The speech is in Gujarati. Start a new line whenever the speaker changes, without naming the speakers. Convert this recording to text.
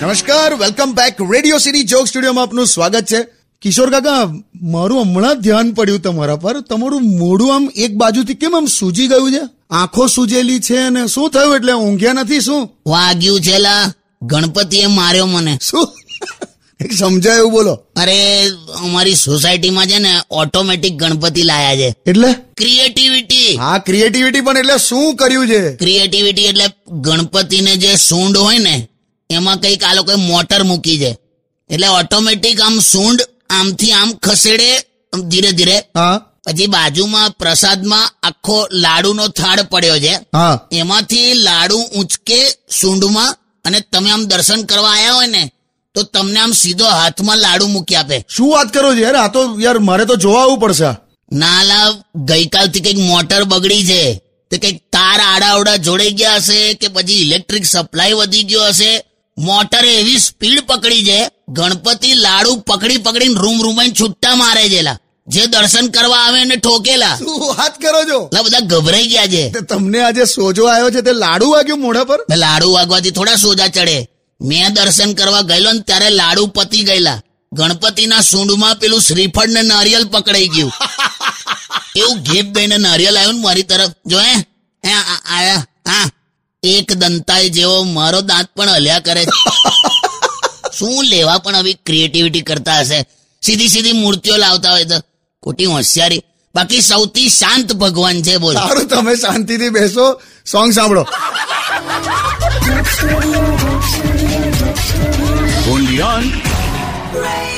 નમસ્કાર welcome back radio city joke સ્ટુડિયોમાં આપનું સ્વાગત છે કિશોર કાકા મારું હમણાં ધ્યાન પડ્યું તમારા પર તમારું મોઢું આમ એક બાજુથી કેમ આમ સૂજી ગયું છે આંખો સૂજેલી છે અને શું થયું એટલે ઊંઘ્યા નથી શું
વાગ્યું છે લા ગણપતિએ માર્યો મને
શું કંઈક સમજાય એવું બોલો
અરે અમારી સોસાયટીમાં છે ને ઓટોમેટિક ગણપતિ લાયા છે
એટલે
ક્રિએટિવિટી
હા ક્રિએટિવિટી પણ એટલે શું કર્યું છે
ક્રિએટિવિટી એટલે ગણપતિને જે સૂંઢ હોય ને એમાં કંઈક આ લોકોએ મોટર મૂકી છે એટલે ઓટોમેટિક આમ સૂંઢ આમથી આમ ખસેડે આમ ધીરે ધીરે
હા
પછી બાજુમાં પ્રસાદમાં આખો લાડુનો થાળ પડ્યો છે
હા
એમાંથી લાડુ ઊંચકે સૂંઢમાં અને તમે આમ દર્શન કરવા આવ્યા હોય ને તો તમને આમ સીધો હાથમાં લાડુ મૂકી આપે
શું વાત કરો છો યાર આ તો યાર મારે તો જોવા આવવું પડશે આ.
ના લા ગઈકાલથી કંઈક મોટર બગડી છે તે કંઈક તાર આડાવડા જોડાઈ ગયા હશે કે પછી ઇલેક્ટ્રિક સપ્લાય વધી ગયો હશે મોટરે એવી સ્પીડ પકડી છે ગણપતિ લાડુ પકડી પકડીને રૂમ રૂમાઈને છૂટા મારે છેલા જે દર્શન કરવા આવે એને ઠોકેલા
શું વાત કરો છો
લા બધા ગભરાઈ ગયા છે
તે તમને આજે સોજો આવ્યો છે તે લાડુ વાગ્યું મોઢા પર
મેં લાડુ વાગવાથી થોડા સોજા ચડે મેં દર્શન કરવા ગયેલો ને ત્યારે લાડુ પતી ગયેલા ગણપતિના સૂંઢમાં પેલું શ્રીફળ ને નારિયેલ પકડાઈ ગયું એવું ઘેપ દઈને નારિયેલ આવ્યું ને મારી તરફ જો હે હે, આ- આ- આયા હા એક દંતાય જેવો મારો દાંત પણ હલ્યા કરે છે શું લેવા પણ આવી ક્રિએટિવિટી કરતા હશે સીધી સીધી મૂર્તિઓ લાવતા હોય તો ખોટી હોશિયારી બાકી સૌથી શાંત ભગવાન છે બોલ
સારું તમે શાંતિથી બેસો સોંગ સાંભળો
only on
Radio